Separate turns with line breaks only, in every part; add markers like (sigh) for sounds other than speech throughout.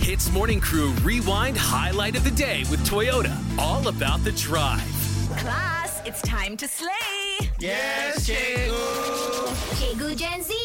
Hits Morning Crew Rewind Highlight of the Day with Toyota. All about the drive.
Class, it's time to slay.
Cikgu Gen Z.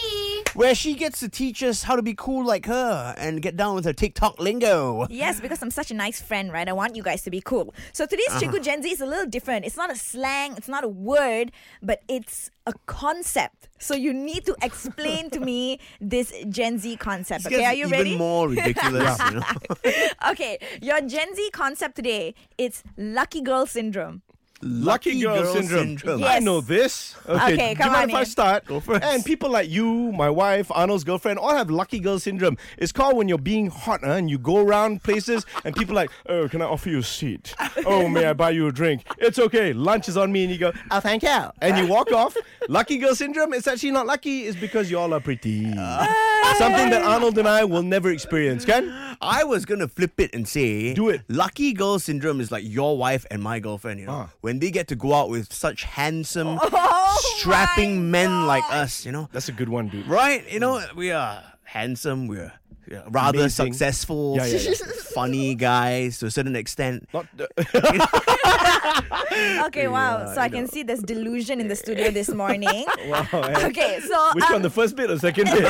where she gets to teach us how to be cool like her and get down with her TikTok lingo.
Yes, because I'm such a nice friend, right? I want you guys to be cool. So today's Cikgu Gen Z is a little different. It's not a slang, it's not a word, but it's a concept. So you need to explain to me this Gen Z concept.
Gets
Okay, are you
even
ready?
more ridiculous. you know?
(laughs) okay, your Gen Z concept today, it's lucky girl syndrome.
Lucky, girl, syndrome.
Yes.
I know this. Okay,
Okay,
do
come
you mind
on
if I
in.
start?
Go first.
And people like you, my wife, Arnold's girlfriend, all have lucky girl syndrome. It's called when you're being hot huh, and you go around places and people like, oh, can I offer you a seat? Oh, may I buy you a drink? It's okay. Lunch is on me, and you go, oh, thank you, and you walk off. Lucky girl syndrome. It's actually not lucky. It's because you all are pretty. Something that Arnold and I will never experience. Can?
I was gonna flip it and say,
Do it.
Lucky girl syndrome is like your wife and my girlfriend. You know,
Ah.
when they get to go out with such handsome,
Oh
strapping
my
men like
God.
us. You know,
That's a good one, dude.
right? You know, we are handsome. We're you know, rather
Amazing.
successful,
Yeah, yeah,
funny guys to a certain extent.
Not the-
Okay, wow. so I can see there's delusion in the studio this morning.
wow. eh?
Okay, so
(laughs) Which
um,
one, the first bit or second (laughs) bit?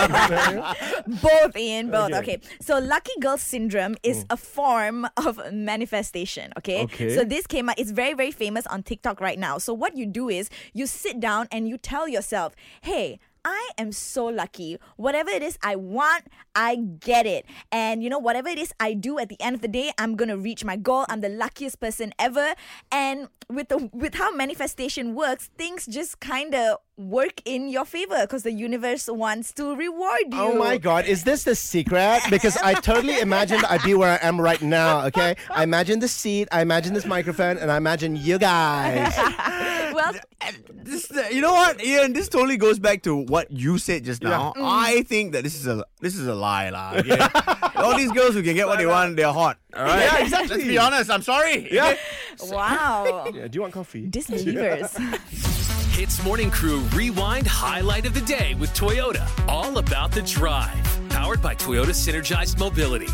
both ian both okay.
Okay. Oh.
so lucky girl syndrome is a form of manifestation okay?
Okay.
so this came out it's very very famous on tiktok right now so what you do is you sit down and you tell yourself hey I am so lucky. Whatever it is I want, I get it. And you know, whatever it is I do at the end of the day, I'm gonna reach my goal. I'm the luckiest person ever. And with the with how manifestation works, things just kinda work in your favor because the universe wants to reward you.
Oh my god, is this the secret? Because I totally imagined I'd be where I am right now, okay? I imagine this seat, I imagine this microphone, and I imagine you guys.
Well,
This, you know what, Ian? This totally goes back to what you said just now. I think that this is a this is a lie, lah.
(laughs)
okay? All these girls who can get what they want, they're hot. All right.
Yeah, exactly.
Let's be honest. I'm sorry.
Yeah.
(laughs) wow.
yeah. Do you want coffee?
Disbelievers.
Hits Morning Crew Rewind Highlight of the Day with Toyota. All about the drive. Powered by Toyota Synergized Mobility.